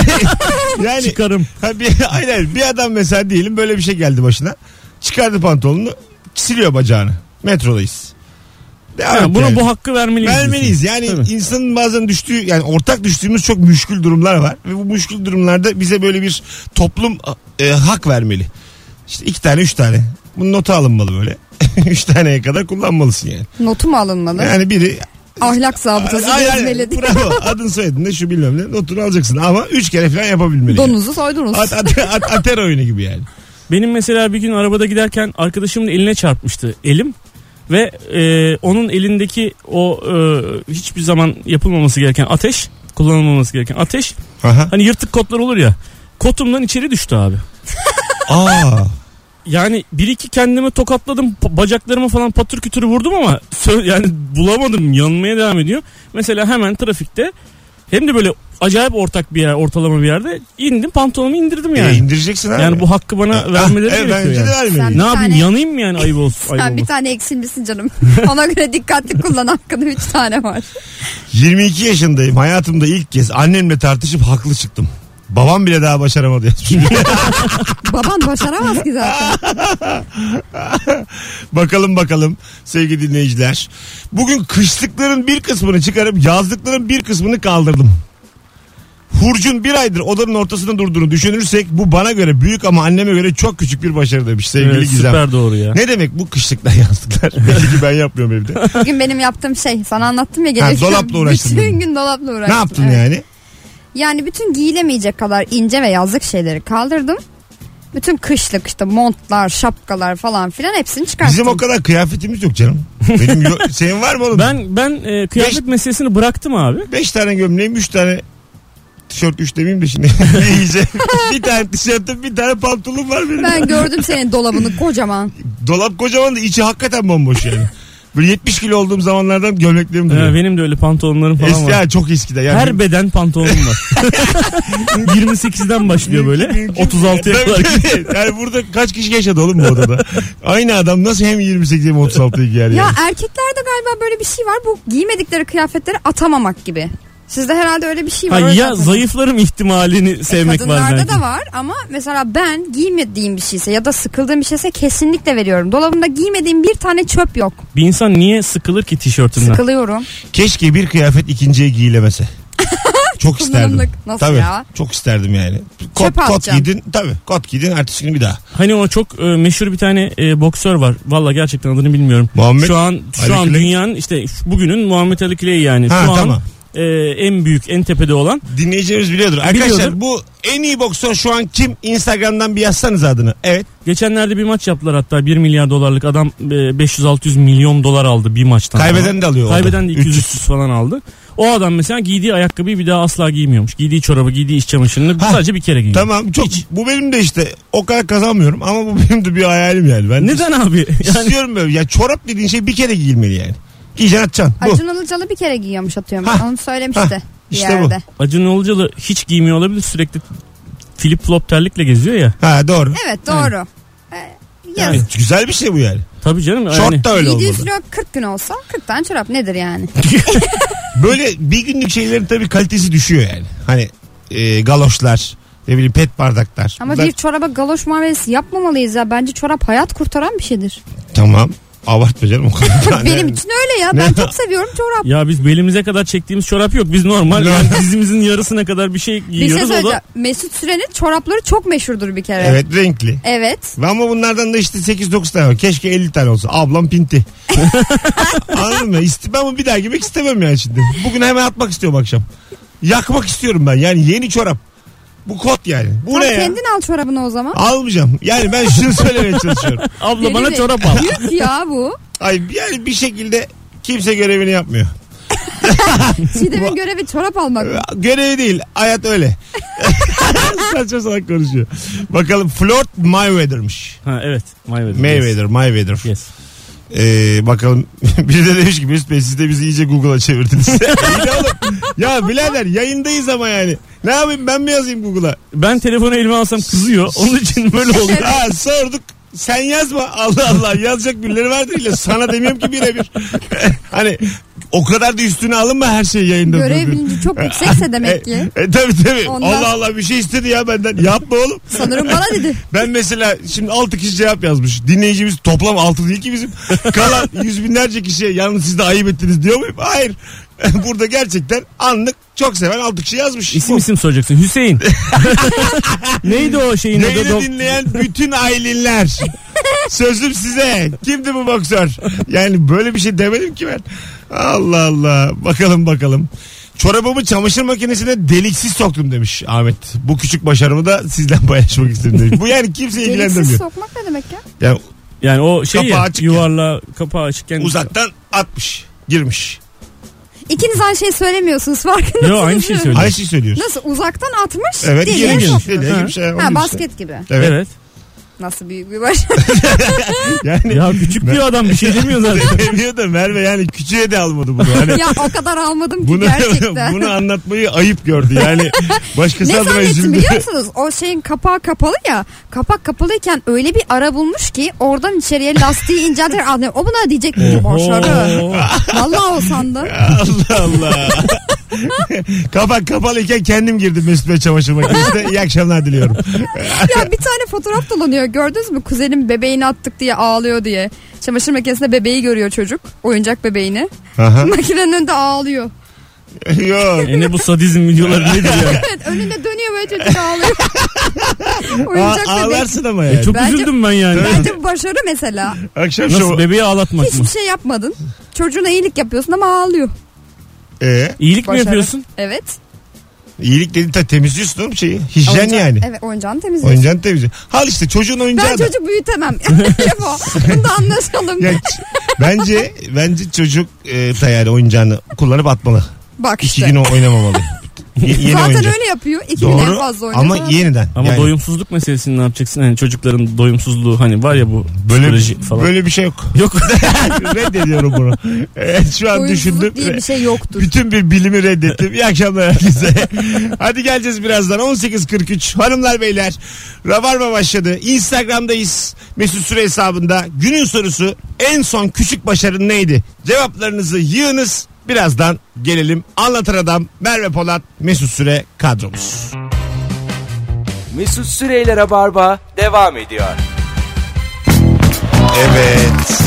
Speaker 2: Yani
Speaker 7: Çıkarım.
Speaker 2: Ha bir, aynen bir adam mesela diyelim böyle bir şey geldi başına. Çıkardı pantolonunu siliyor bacağını. Metrodayız. Devam
Speaker 7: Ha,
Speaker 2: et
Speaker 7: buna
Speaker 2: yani.
Speaker 7: bu hakkı vermeliyiz.
Speaker 2: Vermeliyiz. Yani
Speaker 7: Tabii.
Speaker 2: insanın bazen düştüğü yani ortak düştüğümüz çok müşkül durumlar var. Ve bu müşkül durumlarda bize böyle bir toplum e, hak vermeli. İşte iki tane üç tane. Bunu nota alınmalı böyle. üç taneye kadar kullanmalısın yani.
Speaker 3: Notu mu alınmalı?
Speaker 2: Yani biri
Speaker 3: Ahlak zabıtası
Speaker 2: Ay, ay,
Speaker 3: gezmeli.
Speaker 2: bravo adın soyadın ne şu bilmem ne notunu alacaksın ama üç kere falan yapabilmeli. yani.
Speaker 3: Donunuzu soydunuz.
Speaker 2: At, at, at- ater oyunu gibi yani.
Speaker 7: Benim mesela bir gün arabada giderken arkadaşımın eline çarpmıştı elim ve e, onun elindeki o e, hiçbir zaman yapılmaması gereken ateş, kullanılmaması gereken ateş
Speaker 2: Aha.
Speaker 7: hani yırtık kotlar olur ya. Kotumdan içeri düştü abi.
Speaker 2: Aa.
Speaker 7: Yani bir iki kendimi tokatladım pa- bacaklarıma falan patır kütür vurdum ama sö- yani bulamadım yanmaya devam ediyor. Mesela hemen trafikte hem de böyle acayip ortak bir yer ortalama bir yerde indim pantolonumu indirdim yani.
Speaker 2: E, indireceksin abi.
Speaker 7: yani bu hakkı bana vermeleri
Speaker 2: evet,
Speaker 7: gerekiyor
Speaker 2: e, bence
Speaker 7: yani.
Speaker 2: de vermeli.
Speaker 3: Bir
Speaker 7: Ne yapayım
Speaker 3: tane-
Speaker 7: yanayım mı yani ayıp olsun? Ayıp
Speaker 3: Sen bir
Speaker 7: olmasın.
Speaker 3: tane eksilmişsin canım. Ona göre dikkatli kullan hakkını 3 tane var.
Speaker 2: 22 yaşındayım. Hayatımda ilk kez annemle tartışıp haklı çıktım. Babam bile daha başaramadı yazmış.
Speaker 3: Baban başaramaz ki zaten.
Speaker 2: bakalım bakalım sevgili dinleyiciler. Bugün kışlıkların bir kısmını çıkarıp yazlıkların bir kısmını kaldırdım. Hurcun bir aydır odanın ortasında durduğunu düşünürsek bu bana göre büyük ama anneme göre çok küçük bir başarı demiş sevgili
Speaker 7: Evet,
Speaker 2: Gizem.
Speaker 7: Süper doğru ya.
Speaker 2: Ne demek bu kışlıklar yazlıklar? Belli ki ben yapmıyorum evde.
Speaker 3: Bugün benim yaptığım şey sana anlattım ya
Speaker 2: Ha,
Speaker 3: gelirken.
Speaker 2: dolapla uğraştın dedin.
Speaker 3: Bütün gün dolapla uğraştım.
Speaker 2: ne yaptın
Speaker 3: evet.
Speaker 2: yani?
Speaker 3: Yani bütün giyilemeyecek kadar ince ve yazlık şeyleri kaldırdım. Bütün kışlık işte montlar, şapkalar falan filan hepsini çıkarttım.
Speaker 2: Bizim o kadar kıyafetimiz yok canım. Benim yo- senin var mı oğlum?
Speaker 7: Ben ben e, kıyafet meselesini bıraktım abi.
Speaker 2: Beş tane gömleğim, üç tane tişört üç demeyeyim de şimdi. İyice. bir tane tişörtüm, bir tane pantolonum var benim.
Speaker 3: Ben gördüm senin dolabını kocaman.
Speaker 2: Dolap kocaman da içi hakikaten bomboş yani. Böyle 70 kilo olduğum zamanlardan gömleklerim duruyor.
Speaker 7: Ee, benim de öyle pantolonlarım falan
Speaker 2: Eski
Speaker 7: var.
Speaker 2: ha, çok eskide. Yani
Speaker 7: Her beden pantolonum var. 28'den başlıyor böyle.
Speaker 2: Mümkün- şey-
Speaker 7: 36'ya
Speaker 2: Tabii
Speaker 7: kadar.
Speaker 2: ki. yani burada kaç kişi yaşadı oğlum bu odada? Aynı adam nasıl hem 28 hem 36'yı giyer
Speaker 3: Ya
Speaker 2: yani?
Speaker 3: erkeklerde galiba böyle bir şey var. Bu giymedikleri kıyafetleri atamamak gibi. Sizde herhalde öyle bir şey
Speaker 7: Ha,
Speaker 3: var. O
Speaker 7: ya
Speaker 3: yüzden-
Speaker 7: zayıflarım ihtimalini sevmek var
Speaker 3: E, Kadınlarda
Speaker 7: belki.
Speaker 3: da var ama mesela ben giymediğim bir şeyse ya da sıkıldığım bir şeyse kesinlikle veriyorum. Dolabımda giymediğim bir tane çöp yok.
Speaker 7: Bir insan niye sıkılır ki tişörtünden?
Speaker 3: Sıkılıyorum.
Speaker 2: Keşke bir kıyafet ikinciye giyilemese. çok isterdim.
Speaker 3: Kullanımlık. Nasıl
Speaker 2: Tabii.
Speaker 3: ya?
Speaker 2: Çok isterdim yani. Kot, kot
Speaker 3: atacağım.
Speaker 2: giydin. Tabii. Kot giydin. Ertesi gün bir daha.
Speaker 7: Hani o çok e, meşhur bir tane e, boksör var. Valla gerçekten adını bilmiyorum.
Speaker 2: Muhammed
Speaker 7: şu an şu
Speaker 2: Ali
Speaker 7: an
Speaker 2: Clay.
Speaker 7: dünyanın işte bugünün Muhammed Ali Clay yani.
Speaker 2: Ha,
Speaker 7: şu
Speaker 2: tamam.
Speaker 7: an e, en büyük en tepede olan.
Speaker 2: Dinleyicilerimiz biliyordur.
Speaker 3: E,
Speaker 2: Arkadaşlar
Speaker 7: Biliyordur.
Speaker 2: bu en iyi boksör şu an kim? Instagram'dan bir yazsanız adını. Evet.
Speaker 7: Geçenlerde bir maç yaptılar hatta 1 milyar dolarlık adam e, 500-600 milyon dolar aldı bir maçtan.
Speaker 2: Kaybeden de alıyor. o da.
Speaker 7: Kaybeden de 200
Speaker 2: 300.
Speaker 7: 300 falan aldı. O adam mesela giydiği ayakkabıyı bir daha asla giymiyormuş. Giydiği çorabı, giydiği iç çamaşırını
Speaker 2: Ha,
Speaker 7: sadece bir kere giyiyor.
Speaker 2: Tamam çok. Bu benim de işte o kadar kazanmıyorum ama bu benim de bir hayalim yani. Ben
Speaker 7: Neden abi? Yani
Speaker 2: istiyorum böyle. Ya çorap dediğin şey bir kere giyilmeli yani. Giyeceksin atacaksın. Bu.
Speaker 3: Acun Ilıcalı bir kere giyiyormuş atıyorum.
Speaker 2: Hah.
Speaker 3: Onu söylemişti.
Speaker 2: Hah.
Speaker 3: bir
Speaker 2: İşte bu.
Speaker 3: yerde.
Speaker 7: Acun Ilıcalı hiç giymiyor olabilir. Sürekli flip flop terlikle geziyor ya.
Speaker 2: Ha doğru.
Speaker 3: Evet doğru. Ee, yazık.
Speaker 2: Yani güzel bir şey bu yani.
Speaker 7: Tabii canım. Yani,
Speaker 2: Şort da öyle olmalı.
Speaker 3: 700 kilo 40 gün olsa 40 tane çorap nedir yani?
Speaker 2: Böyle bir günlük şeylerin tabii kalitesi düşüyor yani. Hani e, galoşlar, ne bileyim pet bardaklar.
Speaker 3: Ama
Speaker 2: Bunlar-
Speaker 3: bir çoraba galoş muamelesi yapmamalıyız ya. Bence çorap hayat kurtaran bir şeydir.
Speaker 2: Tamam. Abartma canım o kadar.
Speaker 3: Benim
Speaker 2: Yani.
Speaker 3: için öyle ya.
Speaker 2: Ne?
Speaker 3: Ben çok seviyorum çorap.
Speaker 7: Ya biz belimize kadar çektiğimiz çorap yok. Biz normal yani dizimizin yarısına kadar bir şey
Speaker 3: Bir şey
Speaker 7: giyiyoruz. o
Speaker 3: söyleyeceğim.
Speaker 7: da
Speaker 3: Mesut Süren'in çorapları çok meşhurdur bir kere.
Speaker 2: Evet renkli.
Speaker 3: Evet.
Speaker 2: Ama bunlardan da işte 8-9 tane var. Keşke 50 tane olsa. Ablam pinti. Anladın mı? İste- Ben bunu bir daha giymek istemem yani şimdi. Bugün hemen atmak istiyorum akşam. Yakmak istiyorum ben. Yani yeni çorap. Bu kot yani. Bu
Speaker 3: Tam
Speaker 2: ne ya?
Speaker 3: kendin al çorabını o zaman.
Speaker 2: Almayacağım. Yani ben şunu söylemeye çalışıyorum.
Speaker 7: abla bana
Speaker 3: Deli de-
Speaker 7: çorap al.
Speaker 3: Büyük ya bu.
Speaker 2: Ay yani bir şekilde kimse görevini yapmıyor.
Speaker 3: Çiğdem'in görevi çorap almak.
Speaker 2: Görevi değil. Hayat öyle. Saçma salak konuşuyor. Bakalım Floyd Mayweather'mış.
Speaker 7: Ha evet. Mayweather.
Speaker 2: Mayweather, Mayweather.
Speaker 7: Yes.
Speaker 2: Ee, bakalım biri de demiş ki Mesut Bey siz de bizi iyice Google'a çevirdiniz. İyi de oğlum. ya birader yayındayız ama yani. Ne yapayım ben mi yazayım Google'a?
Speaker 7: Ben telefonu elime alsam kızıyor. Onun için böyle oldu.
Speaker 2: Ha, sorduk. Sen yazma Allah Allah yazacak birileri vardır ile sana demiyorum ki birebir. hani o kadar da üstüne alınma her şey yayında.
Speaker 3: Görev
Speaker 2: diyor.
Speaker 3: bilinci çok yüksekse demek ki.
Speaker 2: E, e, tabii tabii.
Speaker 3: Ondan-
Speaker 2: Allah Allah bir şey istedi ya benden. Yapma oğlum.
Speaker 3: Sanırım bana dedi.
Speaker 2: Ben mesela şimdi 6 kişi cevap yazmış. Dinleyicimiz toplam 6 değil ki bizim. Kalan yüz binlerce kişiye yalnız siz de ayıp ettiniz diyor muyum? Hayır. Burada gerçekten anlık çok seven 6 kişi yazmış.
Speaker 7: İsim isim soracaksın. Hüseyin. Neydi o şeyin adı?
Speaker 2: Yayını
Speaker 7: Do-
Speaker 2: dinleyen bütün aileler. Sözüm size. Kimdi bu boksör? Yani böyle bir şey demedim ki ben. Allah Allah. Bakalım bakalım. Çorabımı çamaşır makinesine deliksiz soktum demiş Ahmet. Bu küçük başarımı da sizden paylaşmak istedim demiş. Bu yani kimse
Speaker 3: Deliksiz
Speaker 2: ilgilendirmiyor.
Speaker 3: sokmak ne demek ya?
Speaker 2: Yani
Speaker 7: Yani o şey
Speaker 2: Kapağı
Speaker 7: ya,
Speaker 2: açık ya.
Speaker 7: yuvarla kapağı açıkken
Speaker 2: uzaktan atmış. Girmiş.
Speaker 3: İkiniz aynı şeyi söylemiyorsunuz farkındasınız.
Speaker 7: Yo, aynı
Speaker 3: değil
Speaker 7: şeyi
Speaker 3: mi?
Speaker 7: söylüyor.
Speaker 2: Aynı şey söylüyorsun.
Speaker 3: Nasıl uzaktan atmış?
Speaker 2: Evet
Speaker 3: deliğe
Speaker 2: geri girmiş.
Speaker 3: sokmuş.
Speaker 2: Deliğe
Speaker 7: Ha.
Speaker 2: girmiş. Ha, onun
Speaker 3: Ha
Speaker 2: gibi.
Speaker 3: basket gibi.
Speaker 2: Evet.
Speaker 7: Evet.
Speaker 3: Nasıl büyük bir baş.
Speaker 2: Yani
Speaker 7: Ya küçük diyor adam bir şey demiyor zaten.
Speaker 2: demiyor da Merve yani küçüğe de almadı bunu. Hani
Speaker 3: ya o kadar almadım ki
Speaker 2: bunu,
Speaker 3: gerçekten.
Speaker 2: bunu anlatmayı ayıp gördü. Yani başkası
Speaker 3: ne
Speaker 2: adına
Speaker 3: zannettim
Speaker 2: üzüldü.
Speaker 3: biliyor musunuz? O şeyin kapağı kapalı ya. Kapak kapalıyken öyle bir ara bulmuş ki oradan içeriye lastiği inceltir. Anlıyorum. O buna diyecek miydi borçları?
Speaker 7: Oo.
Speaker 3: Vallahi o sandım.
Speaker 2: Allah Allah. Kapak kapalıyken kendim girdim Mesut Bey çamaşır makinesine. İyi akşamlar diliyorum.
Speaker 3: ya bir tane fotoğraf dolanıyor gördünüz mü? Kuzenim bebeğini attık diye ağlıyor diye. Çamaşır makinesinde bebeği görüyor çocuk. Oyuncak bebeğini.
Speaker 2: Aha.
Speaker 3: Makinenin önünde ağlıyor.
Speaker 2: Yok.
Speaker 7: E ne bu sadizm videoları nedir ya? E
Speaker 3: Evet önünde dönüyor böyle çocuk ağlıyor. Oyuncak
Speaker 2: Aa,
Speaker 3: bebek.
Speaker 2: ağlarsın ama yani.
Speaker 7: Çok
Speaker 3: Bence-
Speaker 7: üzüldüm ben yani.
Speaker 3: Bence bu başarı mesela.
Speaker 2: Akşam
Speaker 7: Nasıl
Speaker 2: şovu.
Speaker 7: bebeği ağlatmak mı?
Speaker 3: Hiçbir şey yapmadın. Çocuğuna iyilik yapıyorsun ama ağlıyor.
Speaker 2: Ee,
Speaker 7: İyilik mi
Speaker 3: Başarı.
Speaker 7: yapıyorsun?
Speaker 3: Evet.
Speaker 2: iyilik dedi de temizliyorsun oğlum şeyi. Hijyen
Speaker 3: Oyuncağı-
Speaker 2: yani.
Speaker 3: Evet oyuncağını temizliyorsun.
Speaker 2: Oyuncağını temizliyorsun. Hal işte çocuğun oyuncağı
Speaker 3: Ben
Speaker 2: da.
Speaker 3: çocuk büyütemem. Hep o. Bunu da anlaşalım.
Speaker 2: Ya ç- bence bence çocuk e, da yani oyuncağını kullanıp atmalı.
Speaker 3: Bak
Speaker 2: İki
Speaker 3: işte.
Speaker 2: gün o oynamamalı. Ye- yeni
Speaker 3: Zaten
Speaker 2: oyuncak.
Speaker 3: öyle yapıyor. İki gün en
Speaker 2: Doğru
Speaker 3: fazla oynuyor.
Speaker 2: ama
Speaker 3: Sonra-
Speaker 2: yeniden.
Speaker 7: Ama
Speaker 2: Yani
Speaker 7: doyumsuzluk meselesini ne yapacaksın? Yani çocukların doyumsuzluğu hani var ya bu psikoloji
Speaker 2: böyle,
Speaker 7: falan.
Speaker 2: böyle bir şey yok.
Speaker 7: Yok.
Speaker 2: Reddediyorum bunu. Evet, şu an
Speaker 3: Doyumsuzluk
Speaker 2: düşündüm.
Speaker 3: diye bir şey yoktur.
Speaker 2: Bütün bir bilimi reddettim. İyi akşamlar herkese. Hadi geleceğiz birazdan. 18.43 hanımlar beyler. Rabarba başladı. Instagram'dayız. Mesut Süre hesabında. Günün sorusu en son küçük başarın neydi? Cevaplarınızı yığınız. Birazdan gelelim. Anlatan Adam Merve Polat Mesut Süre kadromuz.
Speaker 1: Mesut Süreyler'e barba devam ediyor.
Speaker 2: Evet.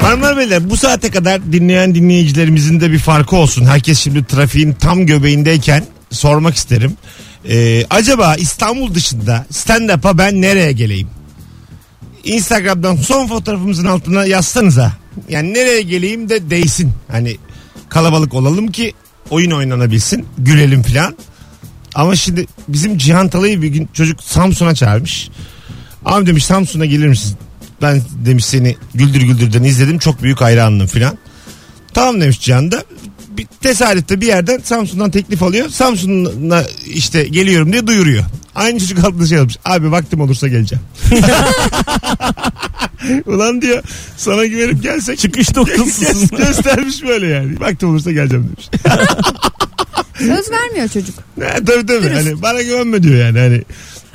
Speaker 2: Hanımlar beyler bu saate kadar dinleyen dinleyicilerimizin de bir farkı olsun. Herkes şimdi trafiğin tam göbeğindeyken sormak isterim. Ee, acaba İstanbul dışında stand-up'a ben nereye geleyim? Instagram'dan son fotoğrafımızın altına yazsanıza. Yani nereye geleyim de değsin. Hani kalabalık olalım ki oyun oynanabilsin. Gülelim filan. Ama şimdi bizim Cihan Talay'ı bir gün çocuk Samsun'a çağırmış. Abi demiş Samsun'a gelir misin? Ben demiş seni Güldür Güldür'den izledim. Çok büyük hayranım filan. Tamam demiş Cihan da. Bir tesadüfte bir yerden Samsun'dan teklif alıyor. Samsun'a işte geliyorum diye duyuruyor. Aynı çocuk altında şey yapmış. Abi vaktim olursa geleceğim. Ulan diyor sana güvenip gelsek.
Speaker 7: Çıkış noktasısın.
Speaker 2: Gö- göstermiş böyle yani. Vaktim olursa geleceğim demiş.
Speaker 3: Söz vermiyor çocuk.
Speaker 2: Ha, tabii tabii. Hani bana güvenme diyor yani. Hani.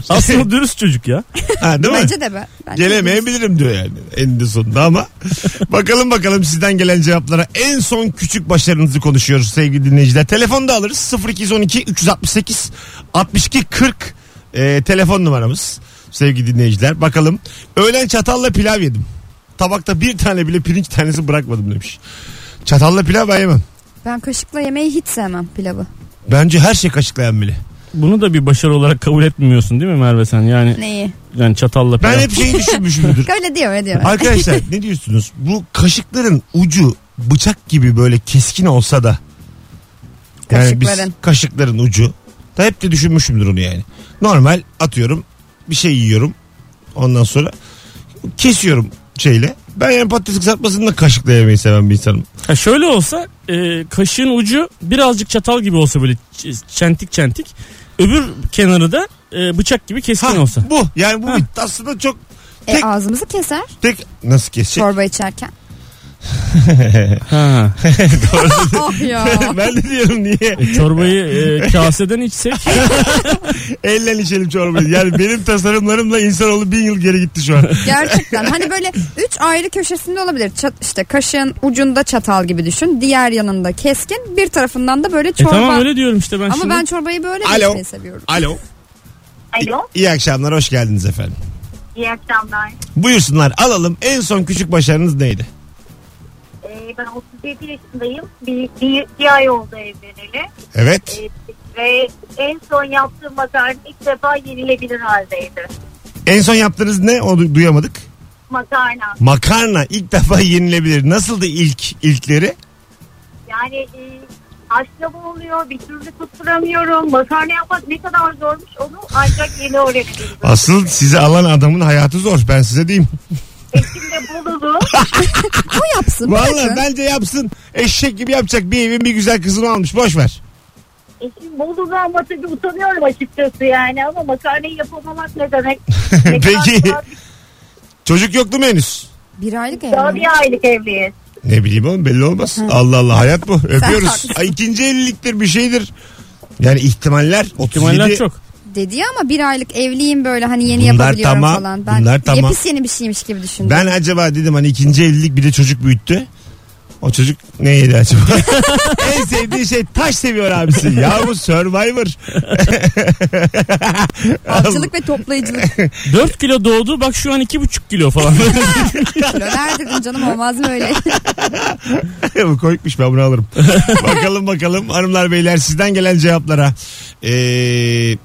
Speaker 7: Aslında dürüst çocuk ya.
Speaker 2: ha, değil mi?
Speaker 3: Bence de be. Bence
Speaker 2: Gelemeyebilirim diyor yani eninde sonunda ama bakalım bakalım sizden gelen cevaplara en son küçük başarınızı konuşuyoruz sevgili dinleyiciler. Telefonda alırız 0212 368 62 40 e, telefon numaramız sevgili dinleyiciler. Bakalım öğlen çatalla pilav yedim. Tabakta bir tane bile pirinç tanesi bırakmadım demiş. Çatalla pilav ben yemem.
Speaker 3: Ben kaşıkla yemeği hiç sevmem pilavı.
Speaker 2: Bence her şey kaşıklayan bile.
Speaker 7: Bunu da bir başarı olarak kabul etmiyorsun değil mi Merve sen? Yani
Speaker 3: Neyi?
Speaker 7: yani çatalla
Speaker 2: Ben
Speaker 7: pilav.
Speaker 2: hep şeyi düşünmüşümdür.
Speaker 3: Öyle diyor öyle diyor.
Speaker 2: Arkadaşlar ne diyorsunuz? Bu kaşıkların ucu bıçak gibi böyle keskin olsa da yani biz-
Speaker 3: Kaşıkların.
Speaker 2: kaşıkların ucu da hep de düşünmüşümdür onu yani. Normal atıyorum bir şey yiyorum ondan sonra kesiyorum şeyle. Ben yani patates kızartmasını da kaşıkla yemeyi seven bir insanım.
Speaker 7: Ha şöyle olsa e, kaşığın ucu birazcık çatal gibi olsa böyle ç- çentik çentik. Öbür kenarı da e, bıçak gibi keskin
Speaker 2: Ha,
Speaker 7: olsa.
Speaker 2: Bu yani bu
Speaker 7: Ha.
Speaker 2: bir aslında çok
Speaker 3: E,
Speaker 2: tek-
Speaker 3: ağzımızı keser
Speaker 2: tek nasıl kesecek?
Speaker 3: çorba içerken.
Speaker 7: Ha.
Speaker 3: oh ya.
Speaker 2: ben de diyorum niye
Speaker 7: Çorbayı e, kaseden içsek
Speaker 2: elle içelim çorbayı. Yani benim tasarımlarımla insanoğlu bin yıl geri gitti şu an.
Speaker 3: Gerçekten hani böyle üç ayrı köşesinde olabilir. Çat, işte kaşığın ucunda çatal gibi düşün. Diğer yanında keskin. Bir tarafından da böyle
Speaker 7: E
Speaker 3: çorba.
Speaker 7: tamam öyle diyorum işte ben
Speaker 3: Ama
Speaker 7: şimdi.
Speaker 3: ben çorbayı böyle
Speaker 2: Alo.
Speaker 3: içmeyi seviyorum.
Speaker 2: Alo.
Speaker 8: Alo,
Speaker 2: İyi akşamlar hoş geldiniz efendim.
Speaker 8: iyi akşamlar.
Speaker 2: Buyursunlar alalım en son küçük başarınız neydi?
Speaker 8: Ee, ben 37 yaşındayım. Bir, bir, bir ay oldu evleneli.
Speaker 2: Evet.
Speaker 8: Ee, ve en son yaptığım makarna ilk defa yenilebilir haldeydi.
Speaker 2: En son yaptığınız ne? Onu duyamadık.
Speaker 8: Makarna.
Speaker 2: Makarna ilk defa yenilebilir. Nasıldı ilk ilkleri?
Speaker 8: Yani e, haşlama oluyor, bir türlü tutturamıyorum. Makarna yapmak ne kadar zormuş onu ancak yeni öğrenebildim.
Speaker 2: Asıl sizi alan adamın hayatı zor ben size diyeyim.
Speaker 8: Eşim de Bolulu.
Speaker 3: O yapsın.
Speaker 2: Valla
Speaker 3: bırakın.
Speaker 2: bence yapsın. Eşek gibi yapacak bir evin bir güzel kızını almış boş ver.
Speaker 8: Eşim Bolulu ama tabii utanıyorum açıkçası yani. Ama makarnayı yapamamak ne demek? Ne kadar
Speaker 2: Peki
Speaker 8: kolay-
Speaker 2: çocuk yoktu mu henüz?
Speaker 3: Bir aylık
Speaker 8: Daha
Speaker 3: evli.
Speaker 8: bir aylık evliyiz.
Speaker 2: Ne bileyim oğlum belli olmaz. Allah Allah hayat bu. Öpüyoruz.
Speaker 3: haklısın.
Speaker 2: Ay, ikinci evliliktir bir şeydir. Yani ihtimaller 37.
Speaker 7: ihtimaller çok.
Speaker 3: Dedi ya ama bir aylık evliyim böyle hani yeni
Speaker 2: Bunlar
Speaker 3: yapabiliyorum
Speaker 2: tamam,
Speaker 3: falan. Ben
Speaker 2: bunlar tamam.
Speaker 3: yepis yeni bir şeymiş gibi düşündüm.
Speaker 2: Ben acaba dedim hani ikinci evlilik bir de çocuk büyüttü. O çocuk ne yedi acaba? en sevdiği şey taş seviyor abisi. Ya bu Survivor.
Speaker 3: Avcılık ve toplayıcılık.
Speaker 7: 4 kilo doğdu bak şu an 2,5 kilo falan.
Speaker 3: Döner dedim canım olmaz mı öyle?
Speaker 2: bu koymuş ben bunu alırım. bakalım bakalım hanımlar beyler sizden gelen cevaplara. Ee,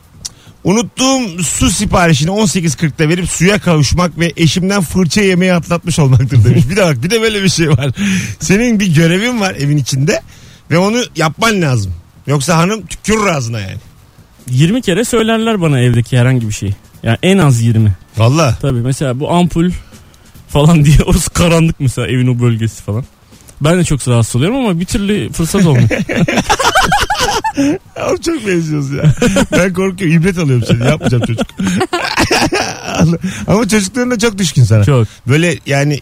Speaker 2: unuttuğum su siparişini 18.40'da verip suya kavuşmak ve eşimden fırça yemeği atlatmış olmaktır demiş. Bir de bak bir de böyle bir şey var. Senin bir görevin var evin içinde ve onu yapman lazım. Yoksa hanım tükürür ağzına yani.
Speaker 7: 20 kere söylerler bana evdeki herhangi bir şeyi. Yani en az 20.
Speaker 2: Valla.
Speaker 7: Tabii mesela bu ampul falan diye orası karanlık mesela evin o bölgesi falan. Ben de çok rahatsız oluyorum ama bir türlü fırsat olmuyor.
Speaker 2: Oğlum çok benziyoruz ya. Ben korkuyorum. İbret alıyorum seni. Yapmayacağım çocuk. Allah. Ama çocukların da çok düşkün sana.
Speaker 7: Çok.
Speaker 2: Böyle yani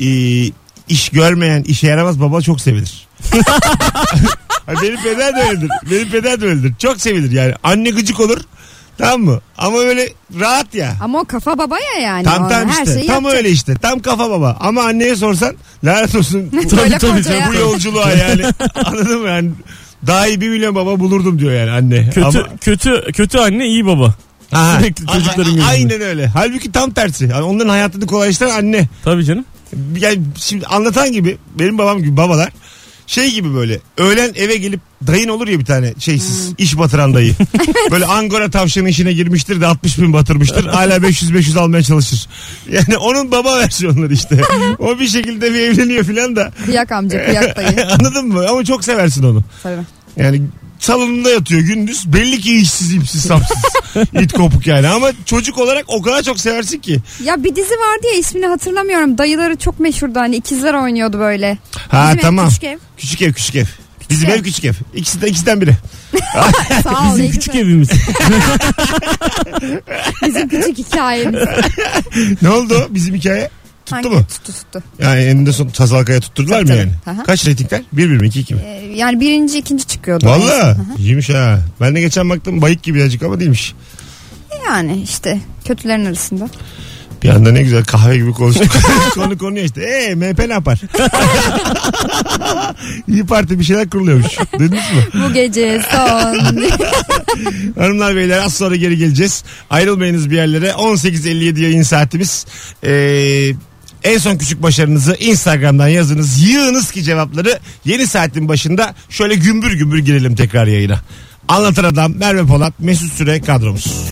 Speaker 2: e, iş görmeyen, işe yaramaz baba çok sevilir. Ha, benim peder de öyledir. Benim peder de öyledir. Çok sevilir yani. Anne gıcık olur. Tamam mı? Ama böyle rahat ya.
Speaker 3: Ama o kafa baba ya yani.
Speaker 2: Tam
Speaker 3: O
Speaker 2: tam
Speaker 3: her
Speaker 2: işte.
Speaker 3: şeyi
Speaker 2: Tam
Speaker 3: yapacak.
Speaker 2: öyle işte. Tam kafa baba. Ama anneye sorsan lanet olsun. Bu-
Speaker 3: Böyle
Speaker 7: tabii,
Speaker 3: koca ya.
Speaker 2: bu yolculuğa yani. Anladın mı? Yani daha iyi bir milyon baba bulurdum diyor yani anne.
Speaker 7: Kötü
Speaker 2: Ama-
Speaker 7: kötü kötü anne iyi baba.
Speaker 2: Aha.
Speaker 7: Sürekli çocukların
Speaker 2: A- a-
Speaker 7: gözünde.
Speaker 2: Aynen öyle. Halbuki tam tersi. Yani onların hayatını kolaylaştıran anne.
Speaker 7: Tabii canım.
Speaker 2: Yani şimdi anlatan gibi benim babam gibi babalar şey gibi böyle öğlen eve gelip dayın olur ya bir tane şeysiz
Speaker 7: Hmm.
Speaker 2: iş batıran dayı. böyle angora tavşanın işine girmiştir de 60 bin batırmıştır. Hala 500-500 almaya çalışır. Yani onun baba versiyonları işte. o bir şekilde bir evleniyor filan da.
Speaker 3: Kıyak amca kıyak dayı.
Speaker 2: Anladın mı? Ama çok seversin onu.
Speaker 3: Tabii.
Speaker 2: Yani salonunda yatıyor gündüz. Belli ki işsiz, ipsiz, sapsız. İt kopuk yani. Ama çocuk olarak o kadar çok seversin ki.
Speaker 3: Ya bir dizi vardı ya ismini hatırlamıyorum. Dayıları çok meşhurdu hani ikizler oynuyordu böyle.
Speaker 2: Ha
Speaker 3: Bizim ev
Speaker 2: tamam.
Speaker 3: küçük ev.
Speaker 2: Küçük ev, küçük ev. Bizim
Speaker 3: ev.
Speaker 2: ev küçük ev. İkisi de ikisinden biri.
Speaker 3: Sağ ol. ne
Speaker 7: Bizim
Speaker 3: güzel.
Speaker 7: küçük evimiz.
Speaker 3: Bizim küçük hikayemiz.
Speaker 2: ne oldu bizim hikaye? Tuttu
Speaker 3: Hangi?
Speaker 2: mu?
Speaker 3: Tuttu tuttu.
Speaker 2: Yani eninde son Tazalkaya tutturdular
Speaker 3: Tabii,
Speaker 2: mı yani?
Speaker 3: tabii. Aha.
Speaker 2: Kaç reytingler? 1 1 mi 2 2 mi?
Speaker 3: Ee, yani birinci ikinci çıkıyordu.
Speaker 2: Valla iyiymiş ha. Ben de geçen baktım bayık gibi acık ama değilmiş.
Speaker 3: Yani işte kötülerin arasında.
Speaker 2: Bir anda ne güzel kahve gibi konuştuk. Konu konuya işte. Eee MHP ne yapar? İyi Parti bir şeyler kuruluyormuş. Duydunuz mu?
Speaker 3: Bu gece son.
Speaker 2: Hanımlar beyler az sonra geri geleceğiz. Ayrılmayınız bir yerlere. 18.57 yayın saatimiz. Ee, en son küçük başarınızı Instagram'dan yazınız. Yığınız ki cevapları yeni saatin başında şöyle gümbür gümbür girelim tekrar yayına. Anlatan Adam, Merve Polat, Mesut Süre kadromuz.